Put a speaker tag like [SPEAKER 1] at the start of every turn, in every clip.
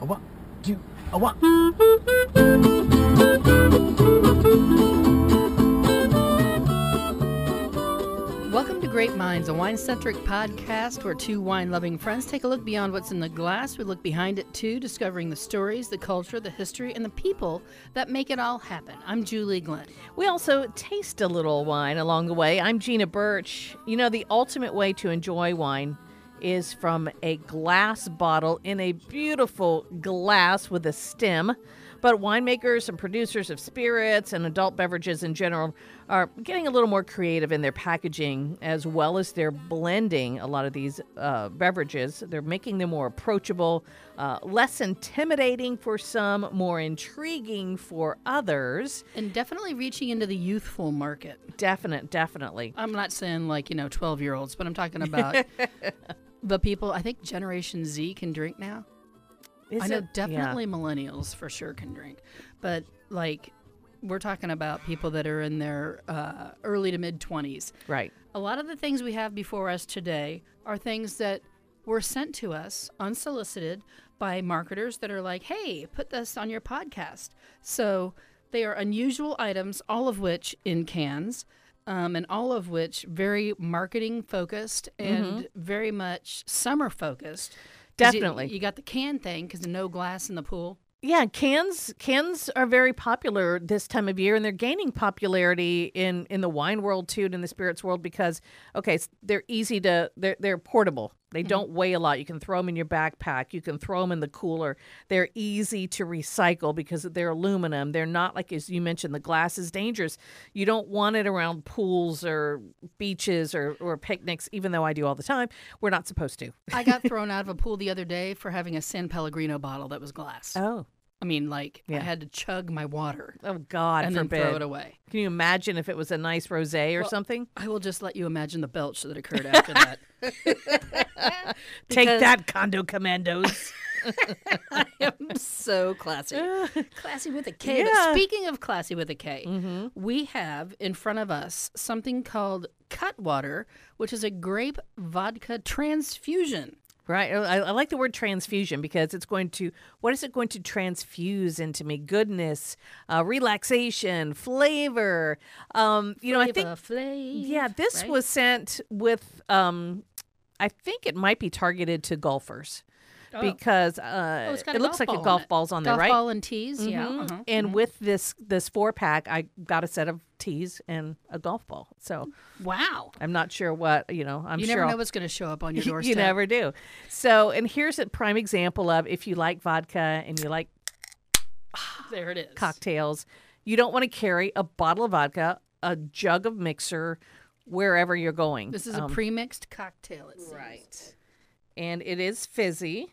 [SPEAKER 1] I want you. I want.
[SPEAKER 2] Welcome to Great Minds, a wine centric podcast where two wine loving friends take a look beyond what's in the glass. We look behind it too, discovering the stories, the culture, the history, and the people that make it all happen. I'm Julie Glenn.
[SPEAKER 3] We also taste a little wine along the way. I'm Gina Birch. You know, the ultimate way to enjoy wine is from a glass bottle in a beautiful glass with a stem. But winemakers and producers of spirits and adult beverages in general are getting a little more creative in their packaging as well as they're blending a lot of these uh, beverages. They're making them more approachable, uh, less intimidating for some, more intriguing for others.
[SPEAKER 2] And definitely reaching into the youthful market.
[SPEAKER 3] Definite, definitely.
[SPEAKER 2] I'm not saying like, you know, 12 year olds, but I'm talking about the people, I think Generation Z can drink now.
[SPEAKER 3] Is
[SPEAKER 2] I know
[SPEAKER 3] it- yeah.
[SPEAKER 2] definitely millennials for sure can drink, but like we're talking about people that are in their uh, early to mid 20s.
[SPEAKER 3] Right.
[SPEAKER 2] A lot of the things we have before us today are things that were sent to us unsolicited by marketers that are like, hey, put this on your podcast. So they are unusual items, all of which in cans, um, and all of which very marketing focused
[SPEAKER 3] Mm-hmm.
[SPEAKER 2] and very much summer focused. 'Cause you-
[SPEAKER 3] Definitely.
[SPEAKER 2] You, got the can thing because no glass in the pool.
[SPEAKER 3] Yeah, cans cans are very popular this time of year, and they're gaining popularity in in the wine world too, and in the spirits world because okay, s- they're easy to they're they're portable. They
[SPEAKER 2] Mm-hmm.
[SPEAKER 3] don't weigh a lot. You can throw them in your backpack. You can throw them in the cooler. They're easy to recycle because they're aluminum. They're not like as you mentioned, the glass is dangerous. You don't want it around pools or beaches or or picnics. Even though I do all the time, we're not supposed to.
[SPEAKER 2] I got thrown out of a pool the other day for having a San Pellegrino bottle that was glass.
[SPEAKER 3] Oh,
[SPEAKER 2] I mean, like, I
[SPEAKER 3] Yeah.
[SPEAKER 2] had to chug my water
[SPEAKER 3] oh God
[SPEAKER 2] and then
[SPEAKER 3] forbid.
[SPEAKER 2] throw it away.
[SPEAKER 3] Can you imagine if it was a nice rosé or something?
[SPEAKER 2] I will just let you imagine the belch that occurred after that.
[SPEAKER 3] Take that, condo commandos.
[SPEAKER 2] I am so classy. classy with a K. But
[SPEAKER 3] Yeah. Mm-hmm.
[SPEAKER 2] speaking of classy with a K, we have in front of us something called Cutwater, which is a grape vodka transfusion.
[SPEAKER 3] right. I, I like the word transfusion because it's going to, what is it going to transfuse into me? Goodness, uh, relaxation, flavor. Um, you know, I think, yeah, this was sent with, um, I think it might be targeted to golfers because uh,
[SPEAKER 2] Oh. it's got a
[SPEAKER 3] it looks
[SPEAKER 2] golf
[SPEAKER 3] like
[SPEAKER 2] ball
[SPEAKER 3] a
[SPEAKER 2] on
[SPEAKER 3] golf
[SPEAKER 2] it.
[SPEAKER 3] ball's on
[SPEAKER 2] golf
[SPEAKER 3] there, right?
[SPEAKER 2] ball and tees. Yeah.
[SPEAKER 3] Mhm.
[SPEAKER 2] uh-huh.
[SPEAKER 3] And with this this four pack, I got a set of tees and a golf ball. So
[SPEAKER 2] Wow.
[SPEAKER 3] I'm not sure what you know. I'm
[SPEAKER 2] you
[SPEAKER 3] sure
[SPEAKER 2] never
[SPEAKER 3] I'll-
[SPEAKER 2] know what's going to show up on your doorstep.
[SPEAKER 3] You never do. So, and here's a prime example of if you like vodka and you like
[SPEAKER 2] There it is.
[SPEAKER 3] cocktails, you don't want to carry a bottle of vodka, a jug of mixer, wherever you're going.
[SPEAKER 2] This is a
[SPEAKER 3] Um,
[SPEAKER 2] pre-mixed cocktail. It seems.
[SPEAKER 3] right, and it is fizzy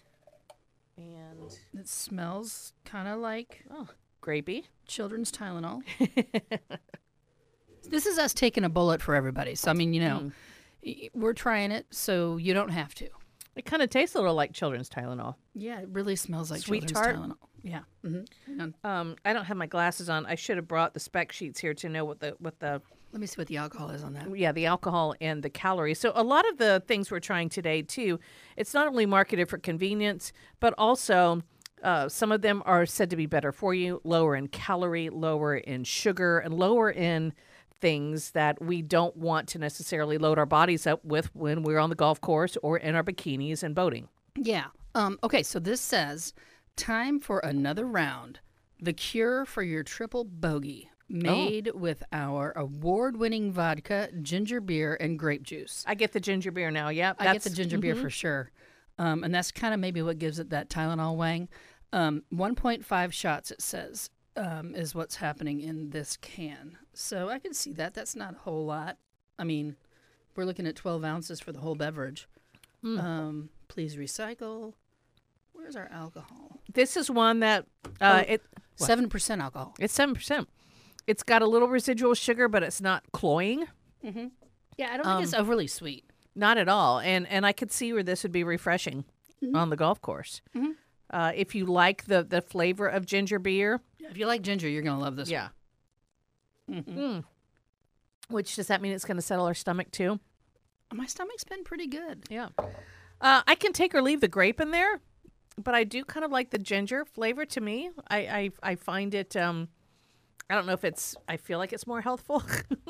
[SPEAKER 3] and
[SPEAKER 2] It smells kind of like
[SPEAKER 3] oh, grapey.
[SPEAKER 2] children's Tylenol. this is us taking a bullet for everybody. So I mean, you know, y- we're trying it, so you don't have to.
[SPEAKER 3] It kind of tastes a little like children's Tylenol.
[SPEAKER 2] Yeah, it really smells like
[SPEAKER 3] Sweet
[SPEAKER 2] children's
[SPEAKER 3] tart?
[SPEAKER 2] Tylenol. Yeah. Mm-hmm.
[SPEAKER 3] Um, I don't have my glasses on. I should have brought the spec sheets here to know what the what the
[SPEAKER 2] Let me see what the alcohol is on that.
[SPEAKER 3] yeah, the alcohol and the calories. So a lot of the things we're trying today too, it's not only marketed for convenience, but also uh, some of them are said to be better for you, lower in calorie, lower in sugar, and lower in things that we don't want to necessarily load our bodies up with when we're on the golf course or in our bikinis and boating.
[SPEAKER 2] Yeah. Um, okay, so this says time for another round. The cure for your triple bogey, made with our award-winning vodka, ginger beer, and grape juice.
[SPEAKER 3] I get the ginger beer now. Yep,
[SPEAKER 2] I get the ginger beer for sure. Um, and that's kind of maybe what gives it that Tylenol wang. Um, 1.5 shots, it says, um, is what's happening in this can. So I can see that. That's not a whole lot. I mean, we're looking at 12 ounces for the whole beverage. Um, please recycle. Where's our alcohol?
[SPEAKER 3] This is one that uh,
[SPEAKER 2] Oh.
[SPEAKER 3] it
[SPEAKER 2] 7% alcohol.
[SPEAKER 3] it's seven percent. It's got a little residual sugar, but it's not cloying.
[SPEAKER 2] Yeah, I don't think it's overly sweet.
[SPEAKER 3] Not at all, and and I could see where this would be refreshing
[SPEAKER 2] Mm-hmm.
[SPEAKER 3] on the golf course. Uh, if you like the the flavor of ginger beer,
[SPEAKER 2] If you like ginger, you're going to love this.
[SPEAKER 3] yeah.
[SPEAKER 2] Mm-hmm.
[SPEAKER 3] Mm. Which does that mean it's going to settle our stomach too?
[SPEAKER 2] one. My stomach's been pretty good.
[SPEAKER 3] Yeah. Uh, I can take or leave the grape in there. but I do kind of like the ginger flavor to me. I I, I find it. Um, I don't know if it's. I feel like it's more healthful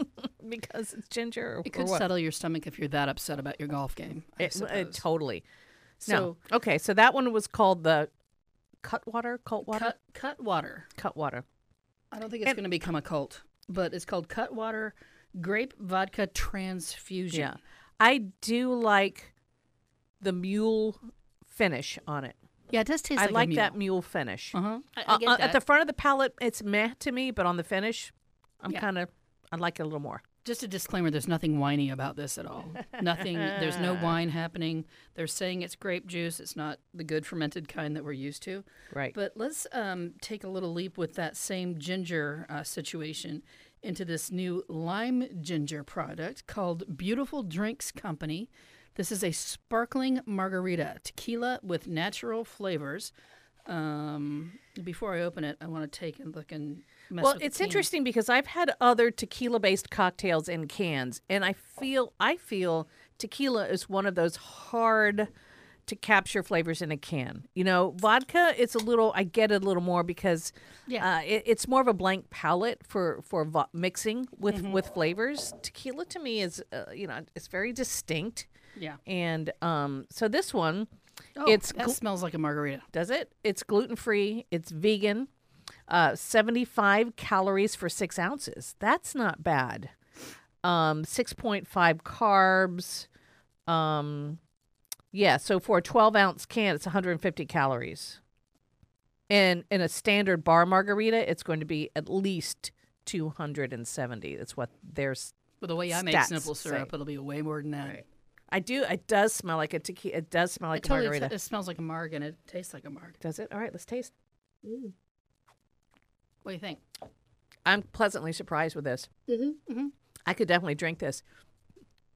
[SPEAKER 3] because it's ginger. Or,
[SPEAKER 2] It could
[SPEAKER 3] or what.
[SPEAKER 2] settle your stomach if you're that upset about your golf game. I
[SPEAKER 3] It-
[SPEAKER 2] suppose.
[SPEAKER 3] it totally.
[SPEAKER 2] So-
[SPEAKER 3] no. Okay, so that one was called the Cutwater, Cultwater,
[SPEAKER 2] cut cut water.
[SPEAKER 3] Cutwater.
[SPEAKER 2] I don't think it's
[SPEAKER 3] And-
[SPEAKER 2] going to become a cult, but it's called Cutwater Grape Vodka Transfusion.
[SPEAKER 3] Yeah. I do like the mule finish on it.
[SPEAKER 2] yeah, it does taste
[SPEAKER 3] I
[SPEAKER 2] like,
[SPEAKER 3] like, that mule finish.
[SPEAKER 2] Uh huh. I, I
[SPEAKER 3] Uh,
[SPEAKER 2] get
[SPEAKER 3] uh,
[SPEAKER 2] that.
[SPEAKER 3] At the front of the palate, it's meh to me, but on the finish, I'm
[SPEAKER 2] Yeah.
[SPEAKER 3] kind of I like it a little more.
[SPEAKER 2] Just a disclaimer: there's nothing whiny about this at all. nothing. There's no wine happening. They're saying it's grape juice. It's not the good fermented kind that we're used to.
[SPEAKER 3] Right.
[SPEAKER 2] But let's um, take a little leap with that same ginger uh, situation into this new lime ginger product called Beautiful Drinks Company. This is a sparkling margarita tequila with natural flavors. Um, before I open it, I want to take a look and mess
[SPEAKER 3] well,
[SPEAKER 2] with the
[SPEAKER 3] it's
[SPEAKER 2] can.
[SPEAKER 3] interesting because I've had other tequila-based cocktails in cans, and I feel I feel tequila is one of those hard to capture flavors in a can. You know, vodka it's a little I get it a little more because
[SPEAKER 2] Yeah.
[SPEAKER 3] uh, it, it's more of a blank palette for for vo- mixing with with flavors. Tequila to me is uh, you know it's very distinct,
[SPEAKER 2] Yeah.
[SPEAKER 3] and um, so this one
[SPEAKER 2] Oh,
[SPEAKER 3] it's
[SPEAKER 2] that
[SPEAKER 3] gl-
[SPEAKER 2] smells like a margarita.
[SPEAKER 3] does it? It's gluten free. It's vegan. Uh, Seventy-five calories for six ounces. That's not bad. Um, six point five carbs. Um, yeah. So for a twelve-ounce can, it's one hundred and fifty calories. And in a standard bar margarita, it's going to be at least two hundred and seventy. That's what there's.
[SPEAKER 2] But the way I make
[SPEAKER 3] Stats
[SPEAKER 2] simple
[SPEAKER 3] say.
[SPEAKER 2] syrup, it'll be way more than that.
[SPEAKER 3] I do. It does smell like a tequila. It does smell like
[SPEAKER 2] it totally
[SPEAKER 3] a margarita.
[SPEAKER 2] t- uh, it smells like a marg and it tastes like a marg.
[SPEAKER 3] does it? All right. Let's taste.
[SPEAKER 2] What do you think?
[SPEAKER 3] I'm pleasantly surprised with this.
[SPEAKER 2] Mm-hmm. Mm-hmm.
[SPEAKER 3] I could definitely drink this.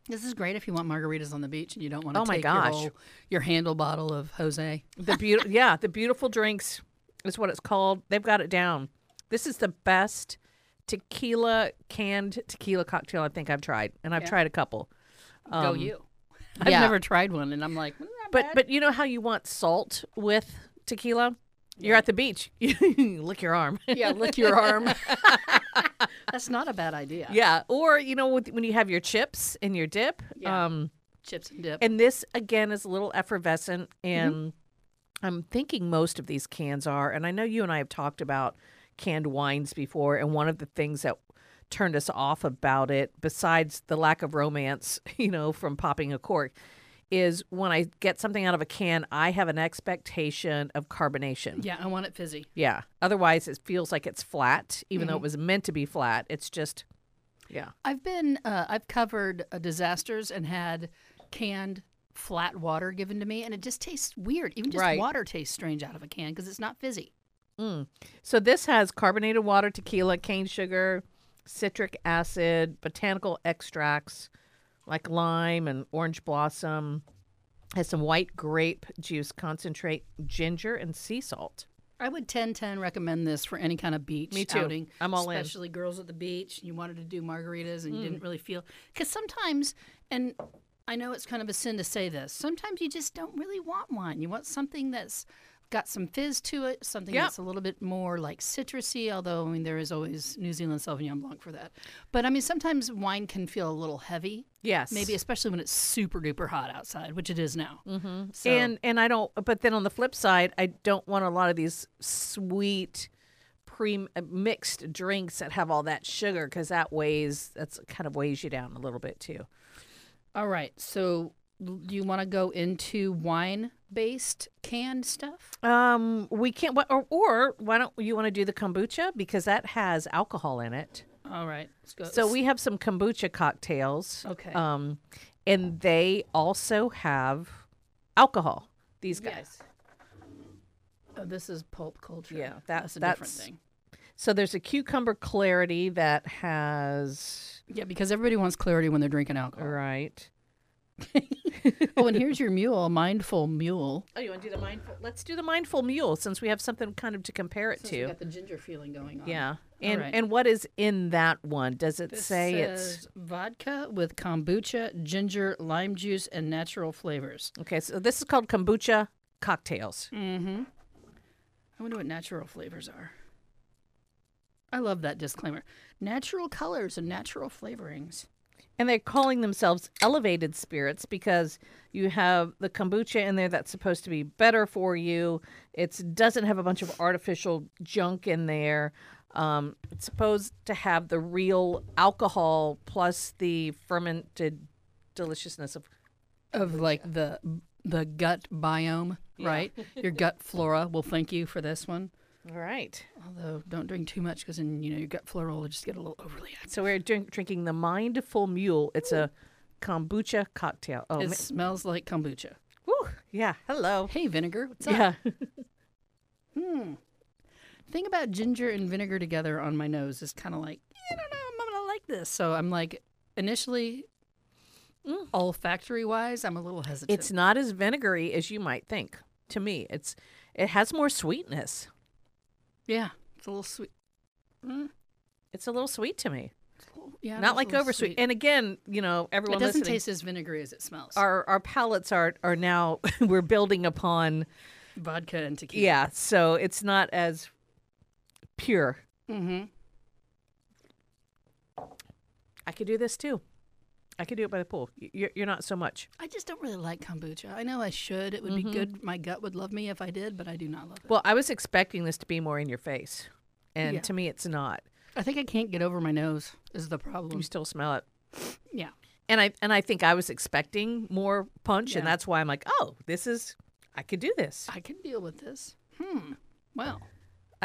[SPEAKER 2] This is great if you want margaritas on the beach and you don't want to
[SPEAKER 3] Oh my
[SPEAKER 2] take
[SPEAKER 3] gosh.
[SPEAKER 2] your whole, your handle bottle of Jose.
[SPEAKER 3] The beautiful, yeah, the beautiful drinks is what it's called. They've got it down. This is the best tequila canned tequila cocktail I think I've tried, and I've
[SPEAKER 2] Yeah.
[SPEAKER 3] tried a couple.
[SPEAKER 2] Go
[SPEAKER 3] Um,
[SPEAKER 2] you. I've
[SPEAKER 3] yeah.
[SPEAKER 2] never tried one, and I'm like, "Mm, not
[SPEAKER 3] But
[SPEAKER 2] bad."
[SPEAKER 3] but you know how you want salt with tequila? You're at the beach. You lick your arm.
[SPEAKER 2] yeah, lick your arm. That's not a bad idea.
[SPEAKER 3] yeah, or you know with, when you have your chips and your dip.
[SPEAKER 2] Yeah.
[SPEAKER 3] Um,
[SPEAKER 2] Chips and dip.
[SPEAKER 3] And this again is a little effervescent, and I'm thinking most of these cans are. And I know you and I have talked about canned wines before, and one of the things that turned us off about it, besides the lack of romance, you know, from popping a cork, is when I get something out of a can, I have an expectation of carbonation.
[SPEAKER 2] yeah, I want it fizzy.
[SPEAKER 3] Yeah. Otherwise, it feels like it's flat, even though it was meant to be flat. It's just, yeah.
[SPEAKER 2] I've been, uh, I've covered uh, disasters and had canned flat water given to me, and it just tastes weird. Even just
[SPEAKER 3] Right.
[SPEAKER 2] water tastes strange out of a can because it's not fizzy.
[SPEAKER 3] So this has carbonated water, tequila, cane sugar, citric acid, botanical extracts like lime and orange blossom. Has some white grape juice concentrate, ginger, and sea salt.
[SPEAKER 2] I would 10 10 recommend this for any kind of beach
[SPEAKER 3] Me too.
[SPEAKER 2] outing.
[SPEAKER 3] I'm all in. Mm.
[SPEAKER 2] Especially girls at the beach. You wanted to do margaritas and you didn't really feel. Because sometimes, and I know it's kind of a sin to say this, sometimes you just don't really want wine. You want something that's got some fizz to it, something
[SPEAKER 3] Yep.
[SPEAKER 2] that's a little bit more like citrusy, although, I mean, there is always New Zealand Sauvignon Blanc for that. But I mean, sometimes wine can feel a little heavy.
[SPEAKER 3] Yes,
[SPEAKER 2] Maybe especially when it's super duper hot outside, which it is now. Mm-hmm. So,
[SPEAKER 3] and and I don't. But then on the flip side, I don't want a lot of these sweet pre mixed drinks that have all that sugar because that weighs that's kind of weighs you down a little bit too.
[SPEAKER 2] All right. So, l- do you want to go into wine based canned stuff?
[SPEAKER 3] Um, we can't. wh- Or, or why don't you want to do the kombucha because that has alcohol in it.
[SPEAKER 2] All right. Let's go.
[SPEAKER 3] So we have some kombucha cocktails.
[SPEAKER 2] Okay.
[SPEAKER 3] Um, and they also have alcohol. These guys.
[SPEAKER 2] Yes. Oh, this is pulp culture.
[SPEAKER 3] Yeah, that-
[SPEAKER 2] that's a
[SPEAKER 3] that's-
[SPEAKER 2] different thing.
[SPEAKER 3] So there's a cucumber clarity that has
[SPEAKER 2] Yeah, because everybody wants clarity when they're drinking alcohol.
[SPEAKER 3] right.
[SPEAKER 2] oh, and here's your mule, mindful mule.
[SPEAKER 3] Oh, you want to do the mindful? Let's do the mindful mule since we have something kind of to compare it to.
[SPEAKER 2] got the ginger feeling going on.
[SPEAKER 3] yeah. And
[SPEAKER 2] right.
[SPEAKER 3] and what is in that one? Does it
[SPEAKER 2] This
[SPEAKER 3] say it's
[SPEAKER 2] says vodka with kombucha, ginger, lime juice, and natural flavors.
[SPEAKER 3] okay? So this is called kombucha cocktails.
[SPEAKER 2] Mm-hmm. I wonder what natural flavors are. I love that disclaimer. Natural colors and natural flavorings.
[SPEAKER 3] And they're calling themselves elevated spirits because you have the kombucha in there that's supposed to be better for you. It doesn't have a bunch of artificial junk in there. Um, it's supposed to have the real alcohol plus the fermented deliciousness of
[SPEAKER 2] Of like the the gut biome, right? Your gut flora will thank you for this one.
[SPEAKER 3] all right
[SPEAKER 2] Although don't drink too much because then you know your gut flora will just get a little overly active.
[SPEAKER 3] so we're drink, drinking the mindful mule it's a kombucha cocktail oh
[SPEAKER 2] It
[SPEAKER 3] ma-
[SPEAKER 2] smells like kombucha.
[SPEAKER 3] woo, yeah hello
[SPEAKER 2] Hey vinegar, what's up?
[SPEAKER 3] yeah
[SPEAKER 2] thing about ginger and vinegar together on my nose is kind of like I don't know I'm gonna like this. So I'm like initially
[SPEAKER 3] Mm.
[SPEAKER 2] olfactory wise I'm a little hesitant.
[SPEAKER 3] it's not as vinegary as you might think to me it's it has more sweetness
[SPEAKER 2] yeah, it's a little sweet.
[SPEAKER 3] it's a little sweet to me
[SPEAKER 2] It's a little- yeah, it is a
[SPEAKER 3] not like
[SPEAKER 2] little
[SPEAKER 3] oversweet
[SPEAKER 2] sweet.
[SPEAKER 3] and again you know everyone
[SPEAKER 2] It doesn't
[SPEAKER 3] listening,
[SPEAKER 2] taste as vinegary as it smells.
[SPEAKER 3] our our palates are are now we're building upon
[SPEAKER 2] Vodka and tequila.
[SPEAKER 3] yeah so it's not as pure
[SPEAKER 2] Mm-hmm.
[SPEAKER 3] i could do this too i could do it by the pool Y- you're, you're not so much
[SPEAKER 2] I just don't really like kombucha. I know I should. It would be good. My gut would love me if I did, but I do not love it.
[SPEAKER 3] well i was expecting this to be more in your face and
[SPEAKER 2] Yeah.
[SPEAKER 3] to me it's not
[SPEAKER 2] I think I can't get over my nose is the
[SPEAKER 3] you
[SPEAKER 2] problem.
[SPEAKER 3] still smell it
[SPEAKER 2] Yeah.
[SPEAKER 3] and i and i think i was expecting more punch and
[SPEAKER 2] Yeah.
[SPEAKER 3] that's why i'm like oh this is i could do this
[SPEAKER 2] I can deal with this. Hmm. Well,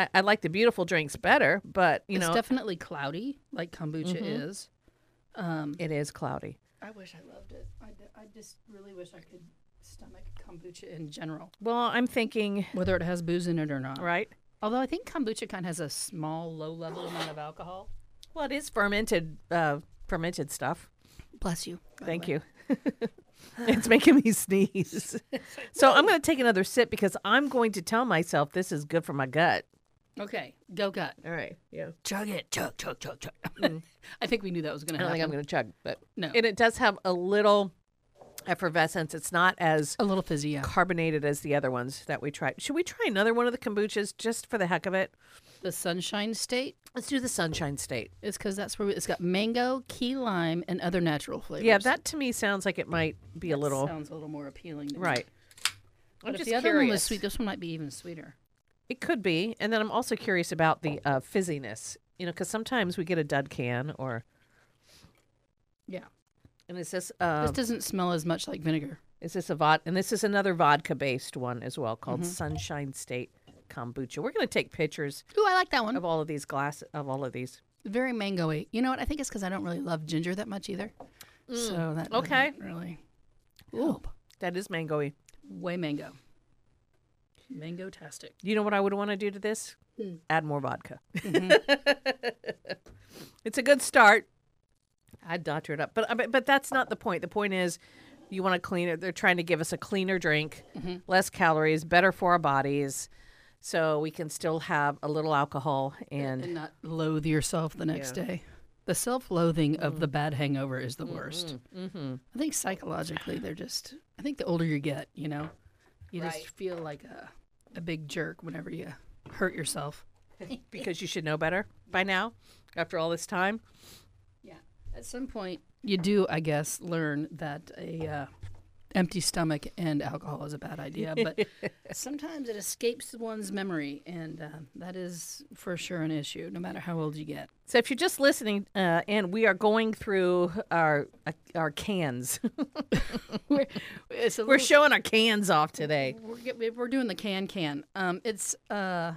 [SPEAKER 3] i, I like the beautiful drinks better but you
[SPEAKER 2] it's
[SPEAKER 3] know
[SPEAKER 2] definitely cloudy, like kombucha is. Um,
[SPEAKER 3] it is cloudy
[SPEAKER 2] I wish I loved it. I, d- I just really wish I could stomach kombucha in general,
[SPEAKER 3] well i'm thinking
[SPEAKER 2] whether it has booze in it or not.
[SPEAKER 3] right
[SPEAKER 2] Although I think kombucha kind of has a small, low level amount of alcohol.
[SPEAKER 3] well it is fermented uh fermented stuff
[SPEAKER 2] Bless you.
[SPEAKER 3] Thank you. it's making me sneeze. So I'm going to take another sip because I'm going to tell myself this is good for my gut.
[SPEAKER 2] Okay, go gut.
[SPEAKER 3] All right. Yeah.
[SPEAKER 2] Chug it. Chug, chug, chug, chug. I think we knew that was going
[SPEAKER 3] I
[SPEAKER 2] to happen.
[SPEAKER 3] don't think I'm going to chug, but
[SPEAKER 2] No.
[SPEAKER 3] And it does have a little effervescence. It's not as
[SPEAKER 2] a little fizzy, yeah.
[SPEAKER 3] carbonated as the other ones that we tried. Should we try another one of the kombuchas just for the heck of it?
[SPEAKER 2] The sunshine state
[SPEAKER 3] Let's do the sunshine state.
[SPEAKER 2] is because that's where we, it's got mango, key lime, and other natural flavors.
[SPEAKER 3] Yeah, that to me sounds like it might be a little
[SPEAKER 2] sounds a little more appealing. To me.
[SPEAKER 3] right.
[SPEAKER 2] But
[SPEAKER 3] I'm
[SPEAKER 2] if
[SPEAKER 3] just
[SPEAKER 2] the other one was
[SPEAKER 3] curious.
[SPEAKER 2] sweet, this one might be even sweeter.
[SPEAKER 3] It could be, and then I'm also curious about the uh, fizziness. You know, because sometimes we get a dud can, or
[SPEAKER 2] Yeah.
[SPEAKER 3] and is this uh,
[SPEAKER 2] this doesn't smell as much like vinegar.
[SPEAKER 3] is this a vod? And this is another vodka-based one as well, called Sunshine State Kombucha. We're gonna take pictures
[SPEAKER 2] Ooh, I like that one.
[SPEAKER 3] of all of these glass of all of these.
[SPEAKER 2] Very mangoey. You know what? I think it's because I don't really love ginger that much either. So that doesn't
[SPEAKER 3] Mm, okay.
[SPEAKER 2] really.
[SPEAKER 3] Ooh,
[SPEAKER 2] Help.
[SPEAKER 3] that is mangoey.
[SPEAKER 2] Way mango. Mango tastic.
[SPEAKER 3] You know what I would want to do to this?
[SPEAKER 2] Hmm.
[SPEAKER 3] Add more vodka.
[SPEAKER 2] Mm-hmm.
[SPEAKER 3] it's a good start. I'd doctor it up, but uh, but- but that's not the point. The point is, you want to clean it. They're trying to give us a cleaner drink,
[SPEAKER 2] Mm-hmm.
[SPEAKER 3] less calories, better for our bodies, so we can still have a little alcohol. And
[SPEAKER 2] And not loathe yourself the next day. The self loathing of the bad hangover is the worst. I think psychologically, they're just, I think the older you get, you know, you
[SPEAKER 3] Right.
[SPEAKER 2] just feel like a, a big jerk whenever you hurt yourself.
[SPEAKER 3] because you should know better by now, after all this time.
[SPEAKER 2] Yeah. At some point, you do, I guess, learn that a uh, empty stomach and alcohol is a bad idea. But sometimes it escapes one's memory, and uh, that is for sure an issue, no matter how old you get.
[SPEAKER 3] So if you're just listening, uh, and we are going through our uh, our cans,
[SPEAKER 2] We're, it's a
[SPEAKER 3] we're
[SPEAKER 2] little-
[SPEAKER 3] showing our cans off today.
[SPEAKER 2] we're, get- we're doing the can can. Um, it's uh,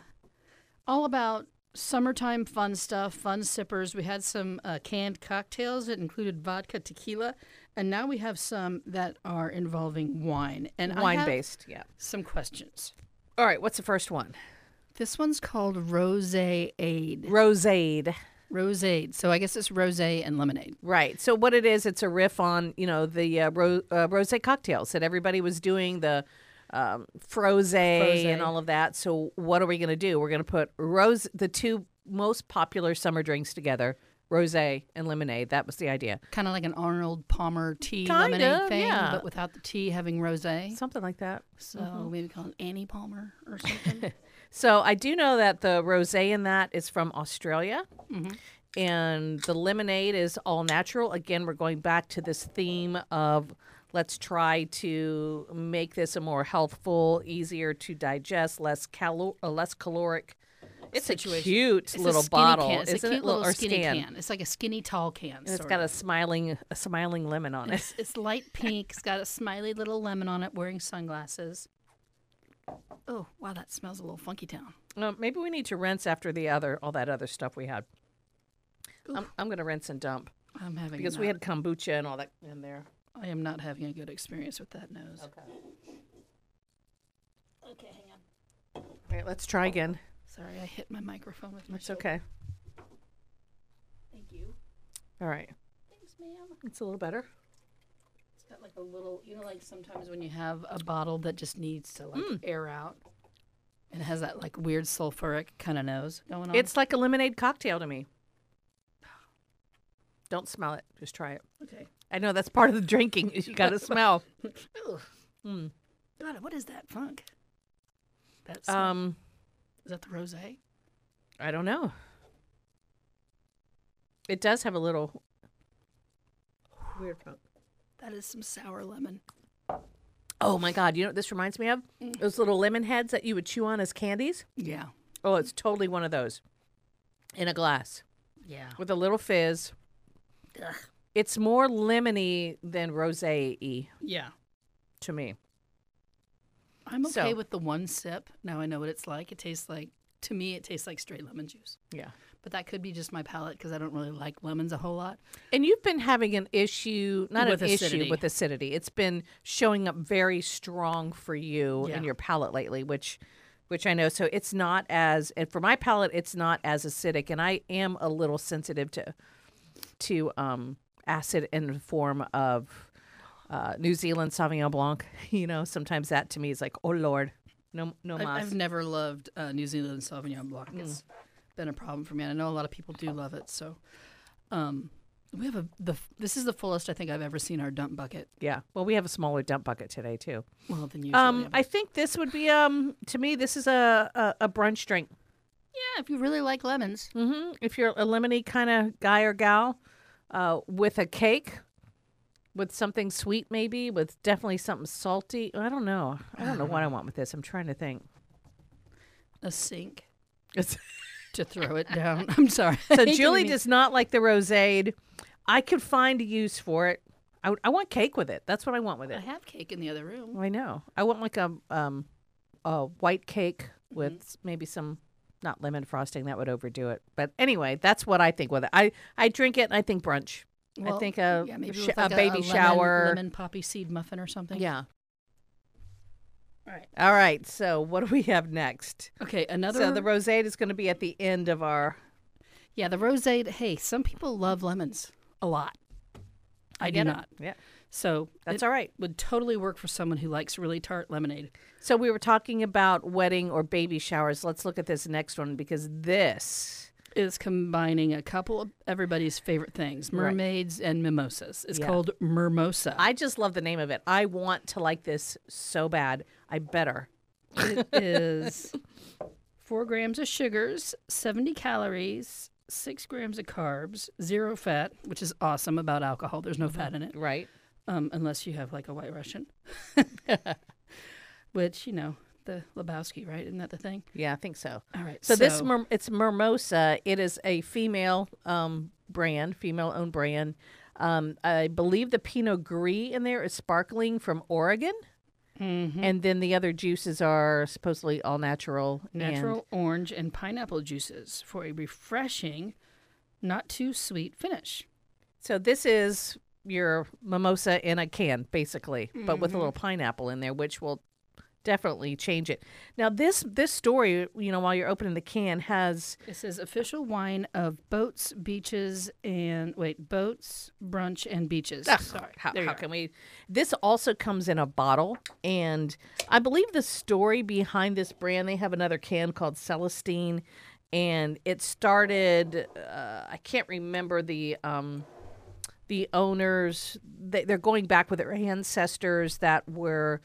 [SPEAKER 2] all about summertime fun stuff, fun sippers. We had some uh, canned cocktails that included vodka, tequila, and now we have some that are involving wine. And I
[SPEAKER 3] Wine
[SPEAKER 2] have
[SPEAKER 3] based, yeah.
[SPEAKER 2] Some questions.
[SPEAKER 3] All right, what's the first one?
[SPEAKER 2] This one's called Rose Aid.
[SPEAKER 3] Rosade.
[SPEAKER 2] Rose Aid. So I guess it's rose and lemonade.
[SPEAKER 3] Right. So what it is, it's a riff on you know the uh, ro- uh, rosé cocktails that everybody was doing the um, froze and all of that. So what are we going to do? We're going to put rose the two most popular summer drinks together rosé, and lemonade. That was the idea.
[SPEAKER 2] Kind of like an Arnold Palmer tea
[SPEAKER 3] Kind
[SPEAKER 2] lemonade
[SPEAKER 3] of,
[SPEAKER 2] thing,
[SPEAKER 3] yeah.
[SPEAKER 2] but without the tea having rosé.
[SPEAKER 3] Something like that.
[SPEAKER 2] So
[SPEAKER 3] Mm-hmm.
[SPEAKER 2] maybe call it Annie Palmer or something.
[SPEAKER 3] So I do know that the rosé in that is from Australia. Mm-hmm. And the lemonade is all natural. Again, we're going back to this theme of let's try to make this a more healthful, easier to digest, less calo- uh, less caloric. It's a
[SPEAKER 2] Situation.
[SPEAKER 3] cute
[SPEAKER 2] It's a
[SPEAKER 3] little
[SPEAKER 2] skinny
[SPEAKER 3] bottle,
[SPEAKER 2] Can. It's
[SPEAKER 3] isn't
[SPEAKER 2] a cute
[SPEAKER 3] it?
[SPEAKER 2] little
[SPEAKER 3] or
[SPEAKER 2] skinny
[SPEAKER 3] scan.
[SPEAKER 2] can. It's like a skinny tall can.
[SPEAKER 3] And it's
[SPEAKER 2] sort
[SPEAKER 3] got
[SPEAKER 2] of.
[SPEAKER 3] a smiling a smiling lemon on it.
[SPEAKER 2] It's, it's light pink. It's got a smiley little lemon on it, wearing sunglasses. Oh wow, that smells a little funky town.
[SPEAKER 3] Uh, maybe we need to rinse after the other all that other stuff we had. I'm, I'm going to rinse and dump
[SPEAKER 2] I'm having
[SPEAKER 3] because
[SPEAKER 2] not,
[SPEAKER 3] we had kombucha and all that in there.
[SPEAKER 2] I am not having a good experience with that nose.
[SPEAKER 3] Okay. Okay, hang on. All right, let's try again.
[SPEAKER 2] Sorry, I hit my microphone with my.
[SPEAKER 3] It's okay.
[SPEAKER 2] Thank you.
[SPEAKER 3] All right.
[SPEAKER 2] Thanks, ma'am.
[SPEAKER 3] It's a little better.
[SPEAKER 2] It's got like a little, you know, like sometimes when you have a bottle that just needs to
[SPEAKER 3] Mm.
[SPEAKER 2] like air out, and it has that like weird sulfuric kind of nose going on.
[SPEAKER 3] It's like a lemonade cocktail to me. Don't smell it. Just try it.
[SPEAKER 2] okay.
[SPEAKER 3] I know that's part of the drinking is you got to smell.
[SPEAKER 2] Ugh.
[SPEAKER 3] Hmm.
[SPEAKER 2] God, what is that funk? That's
[SPEAKER 3] Um,
[SPEAKER 2] is that the rosé?
[SPEAKER 3] I don't know. It does have a little weird funk.
[SPEAKER 2] That is some sour lemon.
[SPEAKER 3] Oh my god! You know what this reminds me of? Those little lemon heads that you would chew on as candies.
[SPEAKER 2] Yeah.
[SPEAKER 3] Oh, it's totally one of those. In a glass
[SPEAKER 2] Yeah.
[SPEAKER 3] with a little fizz.
[SPEAKER 2] Ugh.
[SPEAKER 3] It's more lemony than rosé y
[SPEAKER 2] Yeah.
[SPEAKER 3] to me.
[SPEAKER 2] I'm
[SPEAKER 3] So-
[SPEAKER 2] okay with the one sip. Now I know what it's like. It tastes like, to me, it tastes like straight lemon juice.
[SPEAKER 3] Yeah.
[SPEAKER 2] But that could be just my palate because I don't really like lemons a whole lot.
[SPEAKER 3] And you've been having an issue, not
[SPEAKER 2] With
[SPEAKER 3] an
[SPEAKER 2] acidity.
[SPEAKER 3] issue with acidity. It's been showing up very strong for you
[SPEAKER 2] Yeah.
[SPEAKER 3] in your palate lately, which which I know. So it's not as and for my palate it's not as acidic and I am a little sensitive to to um acid in the form of uh, New Zealand Sauvignon Blanc, you know, sometimes that to me is like, oh Lord, no, no
[SPEAKER 2] I've,
[SPEAKER 3] mas. Hmm.
[SPEAKER 2] I've never loved uh, New Zealand Sauvignon Blanc. It's been a problem for me. And I know a lot of people do love it. So, um, we have a, the, this is the fullest I think I've ever seen our dump bucket.
[SPEAKER 3] Yeah. Well, we have a smaller dump bucket today too.
[SPEAKER 2] Well, than usually.
[SPEAKER 3] Um, I think this would be um to me this is a a, a brunch drink.
[SPEAKER 2] yeah, if you really like lemons,
[SPEAKER 3] hmm If you're a lemony kind of guy or gal, uh, with a cake, with something sweet maybe, with definitely something salty. I don't know. I don't know what I want with this. I'm trying to think.
[SPEAKER 2] a sink
[SPEAKER 3] It's-
[SPEAKER 2] to throw it down. I'm sorry.
[SPEAKER 3] so Julie does not like the rosade. I could find a use for it. I, would- I want cake with it. That's what I want with
[SPEAKER 2] I
[SPEAKER 3] it.
[SPEAKER 2] have cake in the other room.
[SPEAKER 3] I know. I want like a um a white cake
[SPEAKER 2] Mm-hmm.
[SPEAKER 3] with s- maybe some not lemon frosting that would overdo it. But anyway, that's what I think with it. I I drink it and I think brunch. I
[SPEAKER 2] Well,
[SPEAKER 3] think a,
[SPEAKER 2] yeah, maybe
[SPEAKER 3] sh-
[SPEAKER 2] with
[SPEAKER 3] a
[SPEAKER 2] like
[SPEAKER 3] baby
[SPEAKER 2] lemon-
[SPEAKER 3] shower.
[SPEAKER 2] lemon poppy seed muffin or something.
[SPEAKER 3] Yeah.
[SPEAKER 2] All right.
[SPEAKER 3] All right. So what do we have next?
[SPEAKER 2] Okay. Another.
[SPEAKER 3] So the rosade is going to be at the end of our.
[SPEAKER 2] yeah, the rosé. Hey, some people love lemons a lot. I, do
[SPEAKER 3] get it.
[SPEAKER 2] not.
[SPEAKER 3] Yeah.
[SPEAKER 2] So
[SPEAKER 3] That's
[SPEAKER 2] it
[SPEAKER 3] all right.
[SPEAKER 2] Would totally work for someone who likes really tart lemonade.
[SPEAKER 3] So we were talking about wedding or baby showers. Let's look at this next one because this.
[SPEAKER 2] It's combining a couple of everybody's favorite things:
[SPEAKER 3] Right.
[SPEAKER 2] mermaids and mimosas. It's
[SPEAKER 3] Yeah.
[SPEAKER 2] called mermosa.
[SPEAKER 3] I just love the name of it. I want to like this so bad. I better.
[SPEAKER 2] it is four grams of sugars, 70 calories, six grams of carbs, zero fat, which is awesome about alcohol. There's no
[SPEAKER 3] Mm-hmm.
[SPEAKER 2] fat in it,
[SPEAKER 3] Right.
[SPEAKER 2] um, unless you have like a white Russian, which, you know, the Lebowski, right? Isn't that the thing?
[SPEAKER 3] Yeah, I think so.
[SPEAKER 2] All right.
[SPEAKER 3] So, this mer- it's Mermosa. It is a female um, brand, female owned brand. Um, I believe the Pinot Gris in there is sparkling from Oregon,
[SPEAKER 2] Mhm.
[SPEAKER 3] and then the other juices are supposedly all natural. and-
[SPEAKER 2] natural orange and pineapple juices for a refreshing, not too sweet finish.
[SPEAKER 3] so this is your mimosa in a can, basically, but
[SPEAKER 2] Mm-hmm.
[SPEAKER 3] with a little pineapple in there, which will definitely change it. Now this this story, you know, while you're opening the can, has
[SPEAKER 2] It says official wine of boats, beaches, and wait, boats, brunch, and beaches.
[SPEAKER 3] Ugh,
[SPEAKER 2] Ah, Sorry.
[SPEAKER 3] How,
[SPEAKER 2] There you
[SPEAKER 3] how
[SPEAKER 2] are.
[SPEAKER 3] can we? This also comes in a bottle, and I believe the story behind this brand. They have another can called Celestine, and it started. Uh, I can't remember the um, the owners. They, they're going back with their ancestors that were.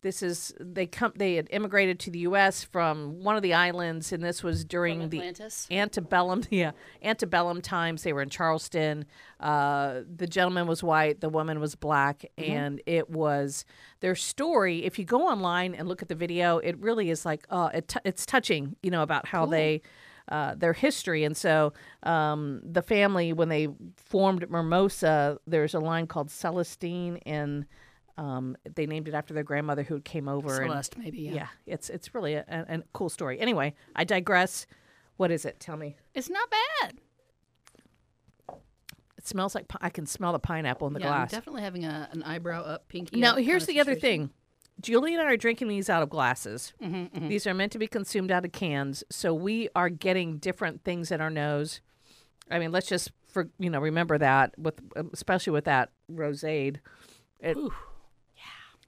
[SPEAKER 3] This is they come. They had immigrated to the U.S. from one of the islands, and this was during the
[SPEAKER 2] Atlantis.
[SPEAKER 3] antebellum yeah antebellum times they were in charleston uh, the gentleman was white the woman was black and it was their story if you go online and look at the video it really is like uh, it t- it's touching you know about how they uh, their history and so um, the family when they formed mimosa there's a line called celestine and um, they named it after their grandmother who came over and
[SPEAKER 2] Celeste, maybe. Yeah.
[SPEAKER 3] yeah, it's it's really a, a, a cool story. Anyway, I digress. What is it? Tell me.
[SPEAKER 2] It's not bad.
[SPEAKER 3] It smells like pi- I can smell the pineapple in the
[SPEAKER 2] yeah, I'm
[SPEAKER 3] glass.
[SPEAKER 2] definitely having a, an eyebrow up, pinky.
[SPEAKER 3] now
[SPEAKER 2] up kind
[SPEAKER 3] here's
[SPEAKER 2] of
[SPEAKER 3] the other
[SPEAKER 2] situation.
[SPEAKER 3] thing. Julie and I are drinking these out of glasses. These are meant to be consumed out of cans, so we are getting different things in our nose. I mean, let's just for you know remember that with especially with that rosade. It, yeah,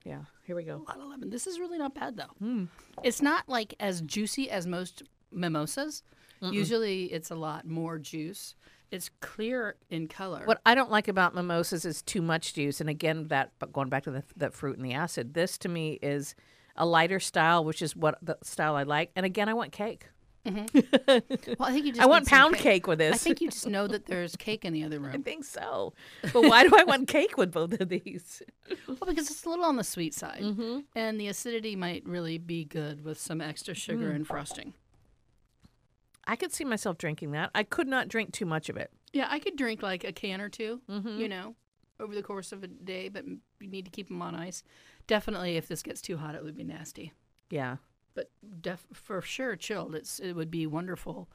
[SPEAKER 3] yeah. Here we go.
[SPEAKER 2] A lot of lemon. This is really not bad though.
[SPEAKER 3] Hmm.
[SPEAKER 2] It's not like as juicy as most mimosas. Usually, it's a lot more juice. It's clear in color.
[SPEAKER 3] What I don't like about mimosas is too much juice, and again, that but going back to the, the fruit and the acid. This to me is a lighter style, which is what the style I like. And again, I want cake.
[SPEAKER 2] Well, I think you just
[SPEAKER 3] I
[SPEAKER 2] need
[SPEAKER 3] want
[SPEAKER 2] some
[SPEAKER 3] pound cake. with this.
[SPEAKER 2] I think you just know that there's cake in the other
[SPEAKER 3] I
[SPEAKER 2] room.
[SPEAKER 3] think so. But why do I want cake with both of these?
[SPEAKER 2] Well, because it's a little on the sweet side,
[SPEAKER 3] Mm-hmm.
[SPEAKER 2] and the acidity might really be good with some extra sugar
[SPEAKER 3] Hmm.
[SPEAKER 2] and frosting.
[SPEAKER 3] I could see myself drinking that. I could not drink too much of it.
[SPEAKER 2] Yeah, I could drink like a can or 2
[SPEAKER 3] Mm-hmm.
[SPEAKER 2] you know, over the course of a day, but m- you need to keep them on ice. Definitely, if this gets too hot, it would be nasty.
[SPEAKER 3] Yeah.
[SPEAKER 2] But def- for sure, chilled, it's it would be wonderful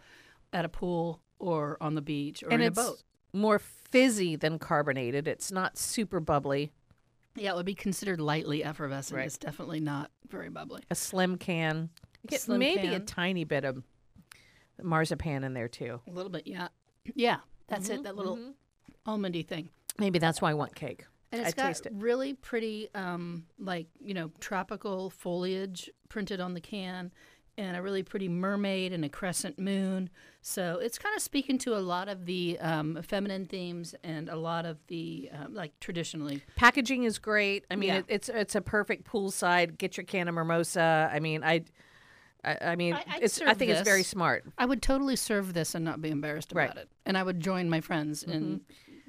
[SPEAKER 2] at a pool or on the beach or
[SPEAKER 3] and
[SPEAKER 2] in
[SPEAKER 3] it's
[SPEAKER 2] a boat.
[SPEAKER 3] more fizzy than carbonated. It's not super bubbly.
[SPEAKER 2] Yeah, it would be considered lightly effervescent.
[SPEAKER 3] Right.
[SPEAKER 2] It's definitely not very bubbly.
[SPEAKER 3] A slim can. Get
[SPEAKER 2] Slim
[SPEAKER 3] maybe a
[SPEAKER 2] can.
[SPEAKER 3] tiny bit of marzipan in there too.
[SPEAKER 2] A little bit, yeah, yeah. That's
[SPEAKER 3] Mm-hmm,
[SPEAKER 2] it. That little almondy thing.
[SPEAKER 3] Maybe that's why I want cake.
[SPEAKER 2] And it's
[SPEAKER 3] I
[SPEAKER 2] got
[SPEAKER 3] taste it.
[SPEAKER 2] really pretty, um, like you know, tropical foliage printed on the can, and a really pretty mermaid and a crescent moon. So it's kind of speaking to a lot of the um, feminine themes and a lot of the um, like traditionally.
[SPEAKER 3] Packaging is great. I mean,
[SPEAKER 2] Yeah.
[SPEAKER 3] it, it's it's a perfect poolside. Get your can of mimosa. I mean, I, I, I mean,
[SPEAKER 2] I- I'd
[SPEAKER 3] it's, I
[SPEAKER 2] serve
[SPEAKER 3] think it's very
[SPEAKER 2] this.
[SPEAKER 3] smart.
[SPEAKER 2] I would totally serve this and not be embarrassed about
[SPEAKER 3] Right. Mm-hmm.
[SPEAKER 2] it, and I would join my friends in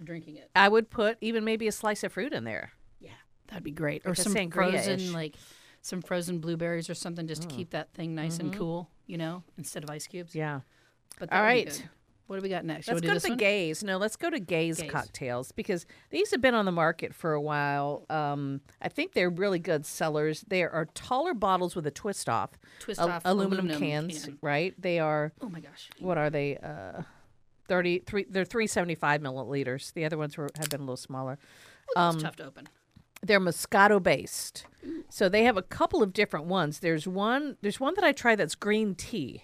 [SPEAKER 2] drinking it.
[SPEAKER 3] I would put even maybe a slice of fruit in there.
[SPEAKER 2] Yeah, that'd be great.
[SPEAKER 3] Like
[SPEAKER 2] or
[SPEAKER 3] a
[SPEAKER 2] some
[SPEAKER 3] sangria-ish. Mm.
[SPEAKER 2] frozen like some frozen blueberries or something just to keep that thing nice
[SPEAKER 3] Mm-hmm.
[SPEAKER 2] and cool. You know, instead of ice cubes.
[SPEAKER 3] Yeah.
[SPEAKER 2] But
[SPEAKER 3] All
[SPEAKER 2] that would be
[SPEAKER 3] right.
[SPEAKER 2] good. What do we got next? You wanna
[SPEAKER 3] Let's
[SPEAKER 2] do
[SPEAKER 3] go to
[SPEAKER 2] this
[SPEAKER 3] the
[SPEAKER 2] one?
[SPEAKER 3] gays. No, let's go to gays,
[SPEAKER 2] Gays.
[SPEAKER 3] cocktails because these have been on the market for a while. Um, I think they're really good sellers. They are taller bottles with a twist off,
[SPEAKER 2] Twist
[SPEAKER 3] al-
[SPEAKER 2] off
[SPEAKER 3] aluminum,
[SPEAKER 2] aluminum
[SPEAKER 3] cans,
[SPEAKER 2] can.
[SPEAKER 3] right? They are
[SPEAKER 2] Oh my gosh.
[SPEAKER 3] what are they? Uh, thirty three. They're three seventy five milliliters. The other ones were, have been a little smaller.
[SPEAKER 2] It's tough to open.
[SPEAKER 3] They're Moscato based, so they have a couple of different ones. There's one. There's one that I try that's green tea.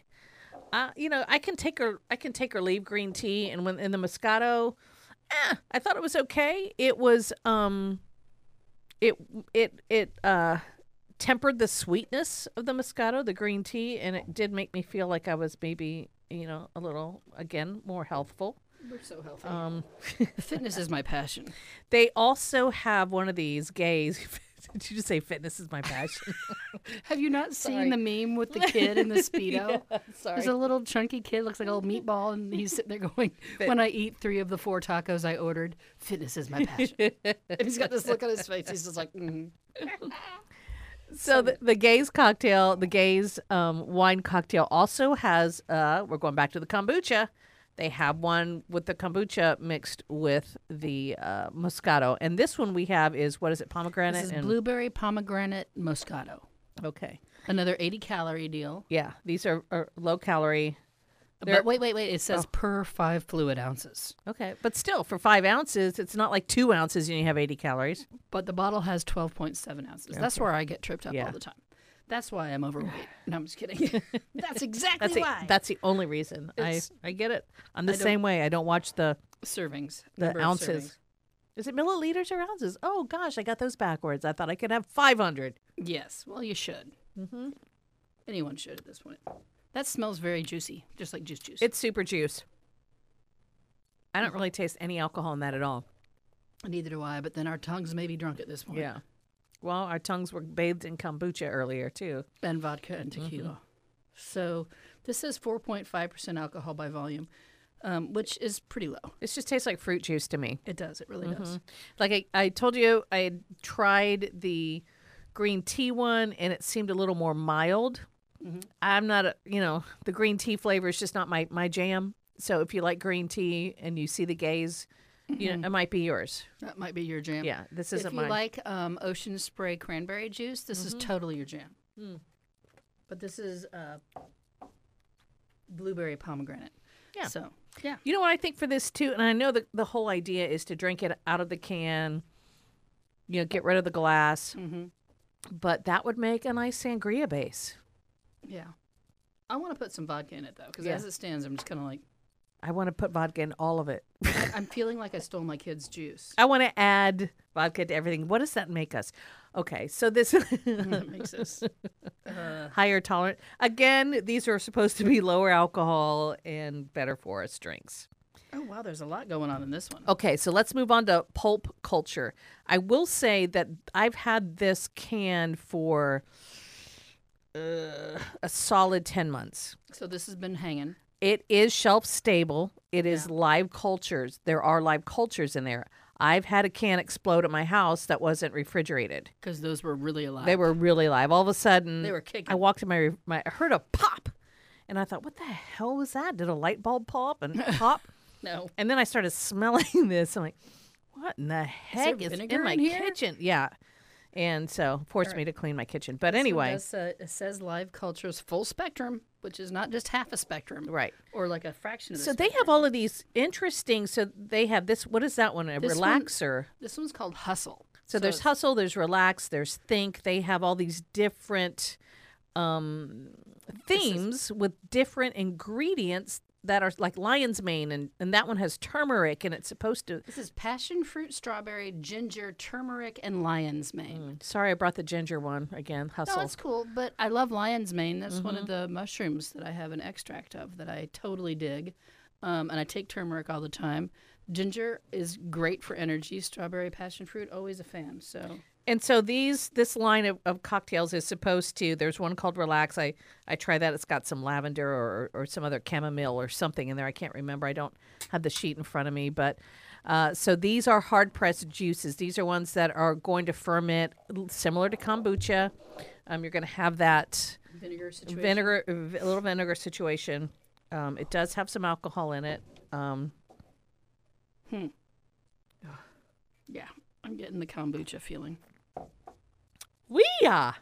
[SPEAKER 3] Uh, you know, I can take or I can take or leave green tea, and when in the Moscato, eh, I thought it was okay. It was um, it it it uh tempered the sweetness of the Moscato, the green tea, and it did make me feel like I was maybe you know a little again more healthful.
[SPEAKER 2] We're so healthy.
[SPEAKER 3] Um.
[SPEAKER 2] Fitness is my passion.
[SPEAKER 3] They also have one of these gays. Did you just say fitness is my passion?
[SPEAKER 2] Have you not seen the meme with the kid in the speedo?
[SPEAKER 3] Sorry.
[SPEAKER 2] There's a little chunky kid, looks like a little meatball, and he's sitting there going, "When I eat three of the four tacos I ordered, fitness is my passion." and he's got this look on his face. He's just like, mm.
[SPEAKER 3] so the, the gays cocktail, the gays um, wine cocktail also has, uh, we're going back to the kombucha. They have one with the kombucha mixed with the uh, Moscato. And this one we have is, what is it, pomegranate?
[SPEAKER 2] "This is
[SPEAKER 3] and,
[SPEAKER 2] blueberry pomegranate moscato."
[SPEAKER 3] Okay.
[SPEAKER 2] Another 80 calorie deal.
[SPEAKER 3] Yeah. These are, are low calorie. They're- Oh.
[SPEAKER 2] But wait, wait, wait. It says per five fluid ounces.
[SPEAKER 3] Okay. But still, for five ounces, it's not like two ounces and you have 80 calories.
[SPEAKER 2] but the bottle has 12.7 ounces. That's where I get tripped up
[SPEAKER 3] Yeah.
[SPEAKER 2] all the time. That's why I'm overweight. No, I'm just kidding. That's exactly
[SPEAKER 3] That's the,
[SPEAKER 2] why.
[SPEAKER 3] that's the only reason. I,
[SPEAKER 2] It's-
[SPEAKER 3] I get it. I'm the
[SPEAKER 2] I don't-
[SPEAKER 3] same way. I don't watch the,
[SPEAKER 2] servings. number
[SPEAKER 3] the
[SPEAKER 2] of
[SPEAKER 3] ounces.
[SPEAKER 2] servings.
[SPEAKER 3] Is it milliliters or ounces? Oh gosh, I got those backwards. I thought I could have 500.
[SPEAKER 2] Yes. Well, you should. Mm-hmm. Anyone should at this point. That smells very juicy, just like juice juice.
[SPEAKER 3] It's super juice. I don't really taste any alcohol in that at all.
[SPEAKER 2] Neither do I, but then our tongues may be drunk at this point.
[SPEAKER 3] Yeah. Well, our tongues were bathed in kombucha earlier too.
[SPEAKER 2] And vodka and
[SPEAKER 3] Mm-hmm.
[SPEAKER 2] tequila. So this is 4.5% alcohol by volume, um, which is pretty low.
[SPEAKER 3] This just tastes like fruit juice to me.
[SPEAKER 2] It does. It
[SPEAKER 3] Mm-hmm.
[SPEAKER 2] really does.
[SPEAKER 3] Like I, I told you, I had tried the green tea one, and it seemed a little more mild.
[SPEAKER 2] Mm-hmm.
[SPEAKER 3] I'm not, a, you know, the green tea flavor is just not my my jam. So if you like green tea and you see the gaze, you
[SPEAKER 2] Mm-hmm.
[SPEAKER 3] know, it might be yours.
[SPEAKER 2] That might be your jam.
[SPEAKER 3] Yeah, this
[SPEAKER 2] If
[SPEAKER 3] isn't
[SPEAKER 2] you
[SPEAKER 3] mine. Mm-hmm.
[SPEAKER 2] like um, Ocean Spray cranberry juice, this is totally your jam.
[SPEAKER 3] Hmm.
[SPEAKER 2] But this is uh, blueberry pomegranate.
[SPEAKER 3] Yeah.
[SPEAKER 2] So, yeah.
[SPEAKER 3] You know what I think for this too, and I know the the whole idea is to drink it out of the can, you know, get rid of the glass.
[SPEAKER 2] Mm-hmm.
[SPEAKER 3] But that would make a nice sangria base.
[SPEAKER 2] Yeah. I want to put some vodka in it, though, because
[SPEAKER 3] Yeah.
[SPEAKER 2] as it stands, I'm just kind of like,
[SPEAKER 3] I want to put vodka in all of it.
[SPEAKER 2] I- I'm feeling like I stole my kid's juice.
[SPEAKER 3] I want to add vodka to everything. What does that make us? Okay, so this
[SPEAKER 2] that makes us. Uh,
[SPEAKER 3] higher tolerant. Again, these are supposed to be lower alcohol and better for us drinks.
[SPEAKER 2] oh, wow. There's a lot going on in this one.
[SPEAKER 3] Okay, so let's move on to pulp culture. I will say that I've had this can for uh, a solid 10 months.
[SPEAKER 2] So this has been hanging.
[SPEAKER 3] It is shelf stable. It is live cultures. There are live cultures in there. I've had a can explode at my house that wasn't refrigerated.
[SPEAKER 2] Because those were really alive.
[SPEAKER 3] They were really live. All of a sudden,
[SPEAKER 2] They were
[SPEAKER 3] I
[SPEAKER 2] kicking.
[SPEAKER 3] walked in my my I heard a pop, and I thought, "What the hell was that? Did a light bulb pop and pop?"
[SPEAKER 2] no.
[SPEAKER 3] and then I started smelling this. I'm like, "What in the heck is,
[SPEAKER 2] vinegar
[SPEAKER 3] in my
[SPEAKER 2] in here?"
[SPEAKER 3] kitchen?" Yeah, and so forced me to clean my kitchen. But anyway,
[SPEAKER 2] This one does, uh, it says live cultures full spectrum, which is not just half a spectrum.
[SPEAKER 3] right.
[SPEAKER 2] Or like a fraction of the
[SPEAKER 3] So they have all of these interesting. So they have this. What is that one? A
[SPEAKER 2] This one-
[SPEAKER 3] relaxer.
[SPEAKER 2] This one's called Hustle.
[SPEAKER 3] So, there's hustle, there's relax, there's think. They have all these different um, themes with different ingredients that are like lion's mane, and, and that one has turmeric, and it's supposed to.
[SPEAKER 2] This is passion fruit, strawberry, ginger, turmeric, and lion's mane.
[SPEAKER 3] Sorry, I brought the ginger one again.
[SPEAKER 2] No,
[SPEAKER 3] Hustle.
[SPEAKER 2] it's Mm. cool, but Mm-hmm. I love lion's mane. That's one of the mushrooms that I have an extract of that I totally dig. Um, and I take turmeric all the time. Ginger is great for energy. Strawberry, passion fruit, always a fan. So
[SPEAKER 3] and so these this line of, of cocktails is supposed to. There's one called relax. I I try that. It's got some lavender or or some other chamomile or something in there. I can't remember. I don't have the sheet in front of me, but. Uh, so these are hard pressed juices. These are ones that are going to ferment, l- similar to kombucha. Um, you're going to have that
[SPEAKER 2] vinegar situation.
[SPEAKER 3] vinegar, a little vinegar situation. Um, it does have some alcohol in it. Um,
[SPEAKER 2] yeah, I'm getting the kombucha feeling.
[SPEAKER 3] we That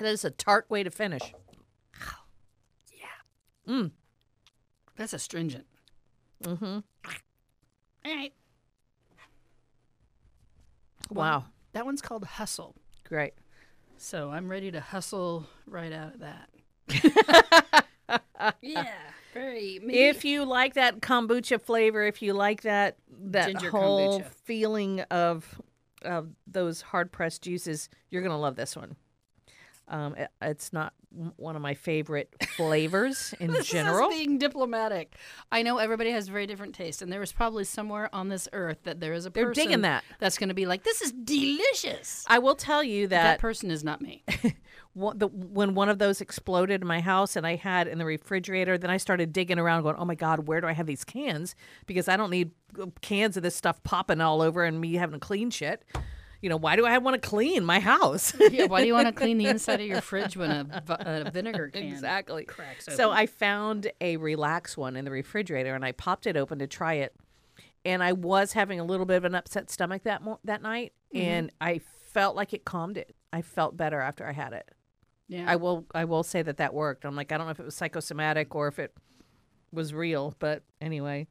[SPEAKER 3] is a tart way to finish.
[SPEAKER 2] That's astringent. Mm-hmm. All right.
[SPEAKER 3] Wow,
[SPEAKER 2] That one's called Hustle.
[SPEAKER 3] great.
[SPEAKER 2] So I'm ready to hustle right out of that. yeah, very me.
[SPEAKER 3] If you like that kombucha flavor, if you like that that
[SPEAKER 2] Ginger
[SPEAKER 3] whole
[SPEAKER 2] kombucha.
[SPEAKER 3] feeling of of those hard pressed juices, you're gonna love this one. Um, it- it's not m- one of my favorite flavors in
[SPEAKER 2] This is us
[SPEAKER 3] general.
[SPEAKER 2] being diplomatic. I know everybody has very different tastes, and there is probably somewhere on this earth that there is a
[SPEAKER 3] They're
[SPEAKER 2] person
[SPEAKER 3] digging that.
[SPEAKER 2] that's going to be like, "This is delicious."
[SPEAKER 3] I will tell you
[SPEAKER 2] That
[SPEAKER 3] that
[SPEAKER 2] person is not me.
[SPEAKER 3] one, the, when one of those exploded in my house and I had in the refrigerator, then I started digging around, going, "Oh my God, where do I have these cans? Because I don't need uh, cans of this stuff popping all over and me having to clean shit. You know, why do I want to clean my house?
[SPEAKER 2] yeah, why do you want to clean the inside of your fridge when a, vi- a vinegar can?
[SPEAKER 3] exactly.
[SPEAKER 2] cracks
[SPEAKER 3] So I found a relax one in the refrigerator and I popped it open to try it, and I was having a little bit of an upset stomach that mo- that night,
[SPEAKER 2] Mm-hmm.
[SPEAKER 3] and I felt like it calmed it. I felt better after I had it.
[SPEAKER 2] Yeah,
[SPEAKER 3] I will I will say that that worked. I'm like I don't know if it was psychosomatic or if it was real, but anyway.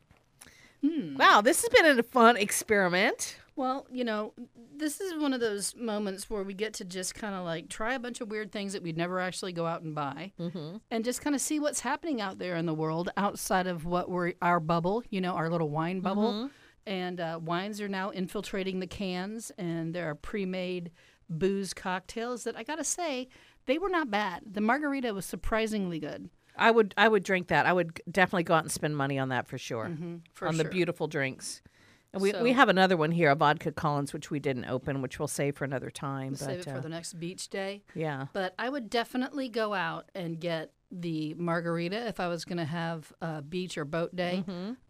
[SPEAKER 2] Hmm.
[SPEAKER 3] Wow, this has been a fun experiment.
[SPEAKER 2] Well, you know, this is one of those moments where we get to just kind of like try a bunch of weird things that we'd never actually go out and buy and just kind of see what's happening out there in the world outside of what we're our bubble, you know, our little wine bubble. And uh, wines are now infiltrating the cans, and there are pre made booze cocktails that I got to say, They were not bad. The margarita was surprisingly good.
[SPEAKER 3] I would I would drink that. I would g- definitely go out and spend money on that for sure.
[SPEAKER 2] Mm-hmm, for
[SPEAKER 3] on the
[SPEAKER 2] sure.
[SPEAKER 3] beautiful drinks. And we, we
[SPEAKER 2] So-
[SPEAKER 3] have another one here, a vodka Collins, which we didn't open, which we'll save for another time. but
[SPEAKER 2] Save it
[SPEAKER 3] uh,
[SPEAKER 2] for the next beach day.
[SPEAKER 3] yeah.
[SPEAKER 2] But I would definitely go out and get the margarita if I was going to have a beach or boat day.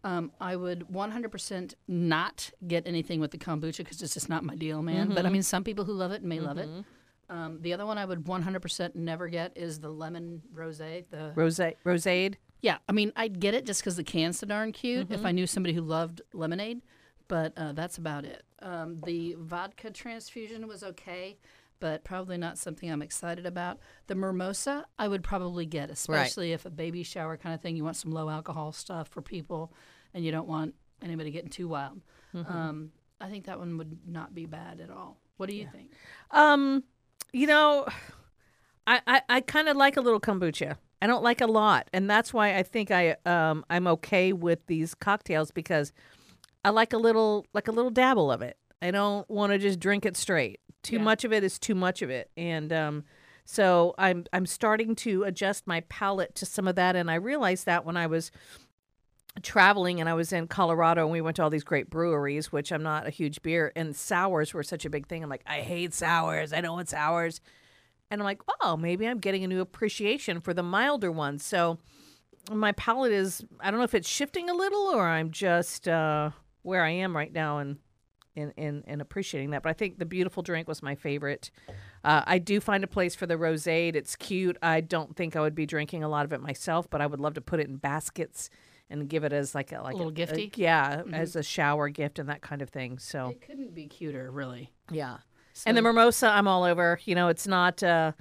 [SPEAKER 2] Um, I would 100% not get anything with the kombucha because it's just not my deal, man. But I mean, some people who love it may love it. Um, the other one I would 100% never get is the lemon rosé. The
[SPEAKER 3] Rose Rosade.
[SPEAKER 2] yeah, I mean, I'd get it just because the can's so darn cute.
[SPEAKER 3] Mm-hmm.
[SPEAKER 2] If I knew somebody who loved lemonade, but uh, that's about it. Um, the vodka transfusion was okay, but probably not something I'm excited about. The mimosa I would probably get, especially if a baby shower kind of thing. You want some low alcohol stuff for people, and you don't want anybody getting too wild.
[SPEAKER 3] Mm-hmm.
[SPEAKER 2] Um, I think that one would not be bad at all. What do you think?
[SPEAKER 3] Um, you know, I I, I kind of like a little kombucha. I don't like a lot, and that's why I think I um I'm okay with these cocktails because I like a little like a little dabble of it. I don't want to just drink it straight. Too
[SPEAKER 2] Yeah.
[SPEAKER 3] much of it is too much of it, and um. So I'm I'm starting to adjust my palate to some of that, and I realized that when I was traveling and I was in Colorado and we went to all these great breweries, which I'm not a huge beer and sours were such a big thing. I'm like, I hate sours. I don't want sours. And I'm like, oh, maybe I'm getting a new appreciation for the milder ones. So my palate is I don't know if it's shifting a little or I'm just uh, where I am right now and in, in, in appreciating that. But I think the beautiful drink was my favorite. Uh, I do find a place for the rosade. It's cute. I don't think I would be drinking a lot of it myself, but I would love to put it in baskets and give it as like a like
[SPEAKER 2] little gifty? Mm-hmm.
[SPEAKER 3] yeah, as a shower gift and that kind of thing. So
[SPEAKER 2] It couldn't be cuter, really.
[SPEAKER 3] yeah. And the mimosa, I'm all over. You know, it's not uh,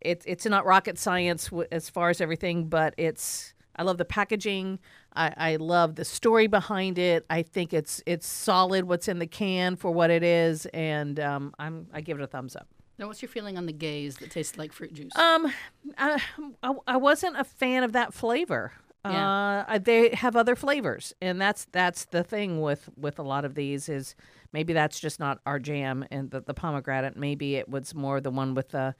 [SPEAKER 3] it's it's not rocket science w- as far as everything, but it's I love the packaging. I, I love the story behind it. I think it's it's solid. What's in the can for what it is, and um, I'm I give it a thumbs up.
[SPEAKER 2] Now, what's your feeling on the gaze that tasted like fruit juice?
[SPEAKER 3] Um, I, I, I wasn't a fan of that flavor.
[SPEAKER 2] Yeah.
[SPEAKER 3] Uh, I- they have other flavors, and that's that's the thing with with a lot of these is maybe that's just not our jam. And the, the pomegranate, maybe it was more the one with the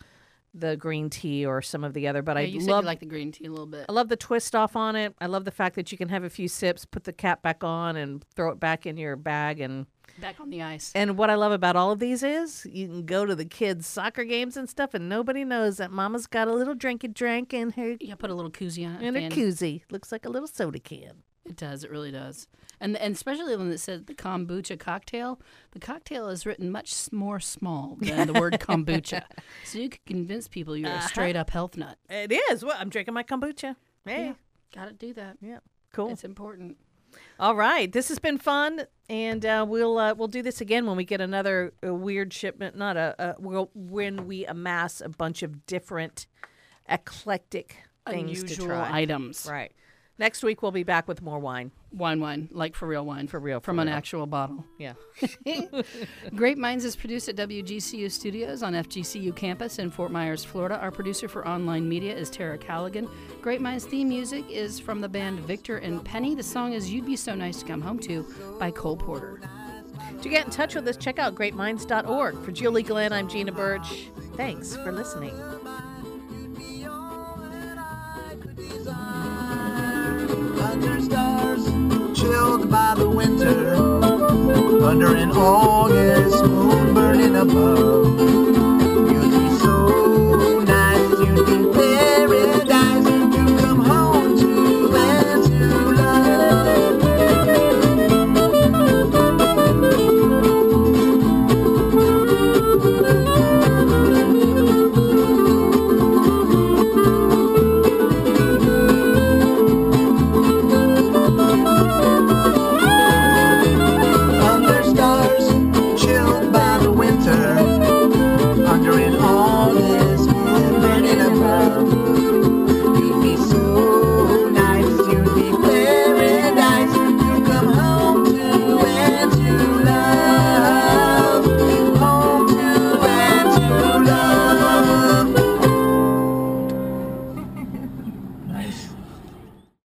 [SPEAKER 3] the green tea or some of the other. But I
[SPEAKER 2] Yeah, you said
[SPEAKER 3] love
[SPEAKER 2] you like the green tea a little bit.
[SPEAKER 3] I love the twist off on it. I love the fact that you can have a few sips, put the cap back on, and throw it back in your bag and
[SPEAKER 2] Back on the ice.
[SPEAKER 3] and what I love about all of these is you can go to the kids' soccer games and stuff, and nobody knows that Mama's got a little drinky drink in her
[SPEAKER 2] Yeah, put a little koozie on it.
[SPEAKER 3] in her
[SPEAKER 2] and
[SPEAKER 3] koozie. Looks like a little soda can.
[SPEAKER 2] It does. It really does. And and especially when it said the kombucha cocktail, the cocktail is written much s- more small than the word kombucha. So you could convince people you're a straight up health nut.
[SPEAKER 3] It is. Well, I'm drinking my kombucha. Hey,
[SPEAKER 2] Got to do that.
[SPEAKER 3] yeah, cool.
[SPEAKER 2] It's important.
[SPEAKER 3] all right, this has been fun, and uh, we'll uh, we'll do this again when we get another uh, weird shipment. Not a, a we'll, when we amass a bunch of different eclectic things to
[SPEAKER 2] Unusual
[SPEAKER 3] try.
[SPEAKER 2] items.
[SPEAKER 3] Right. Next week we'll be back with more wine.
[SPEAKER 2] Wine, wine, like for real wine. For
[SPEAKER 3] real, for
[SPEAKER 2] From an
[SPEAKER 3] real.
[SPEAKER 2] actual bottle.
[SPEAKER 3] Yeah.
[SPEAKER 2] Great Minds is produced at WGCU Studios on FGCU campus in Fort Myers, Florida. Our producer for online media is Tara Callaghan. Great Minds theme music is from the band Victor and Penny. The song is You'd Be So Nice to Come Home To by Cole Porter.
[SPEAKER 3] To get in touch with us, check out greatminds.org. For Julie Glenn, I'm Gina Birch. Thanks for listening.
[SPEAKER 1] Under stars, chilled by the winter, under an August moon burning above.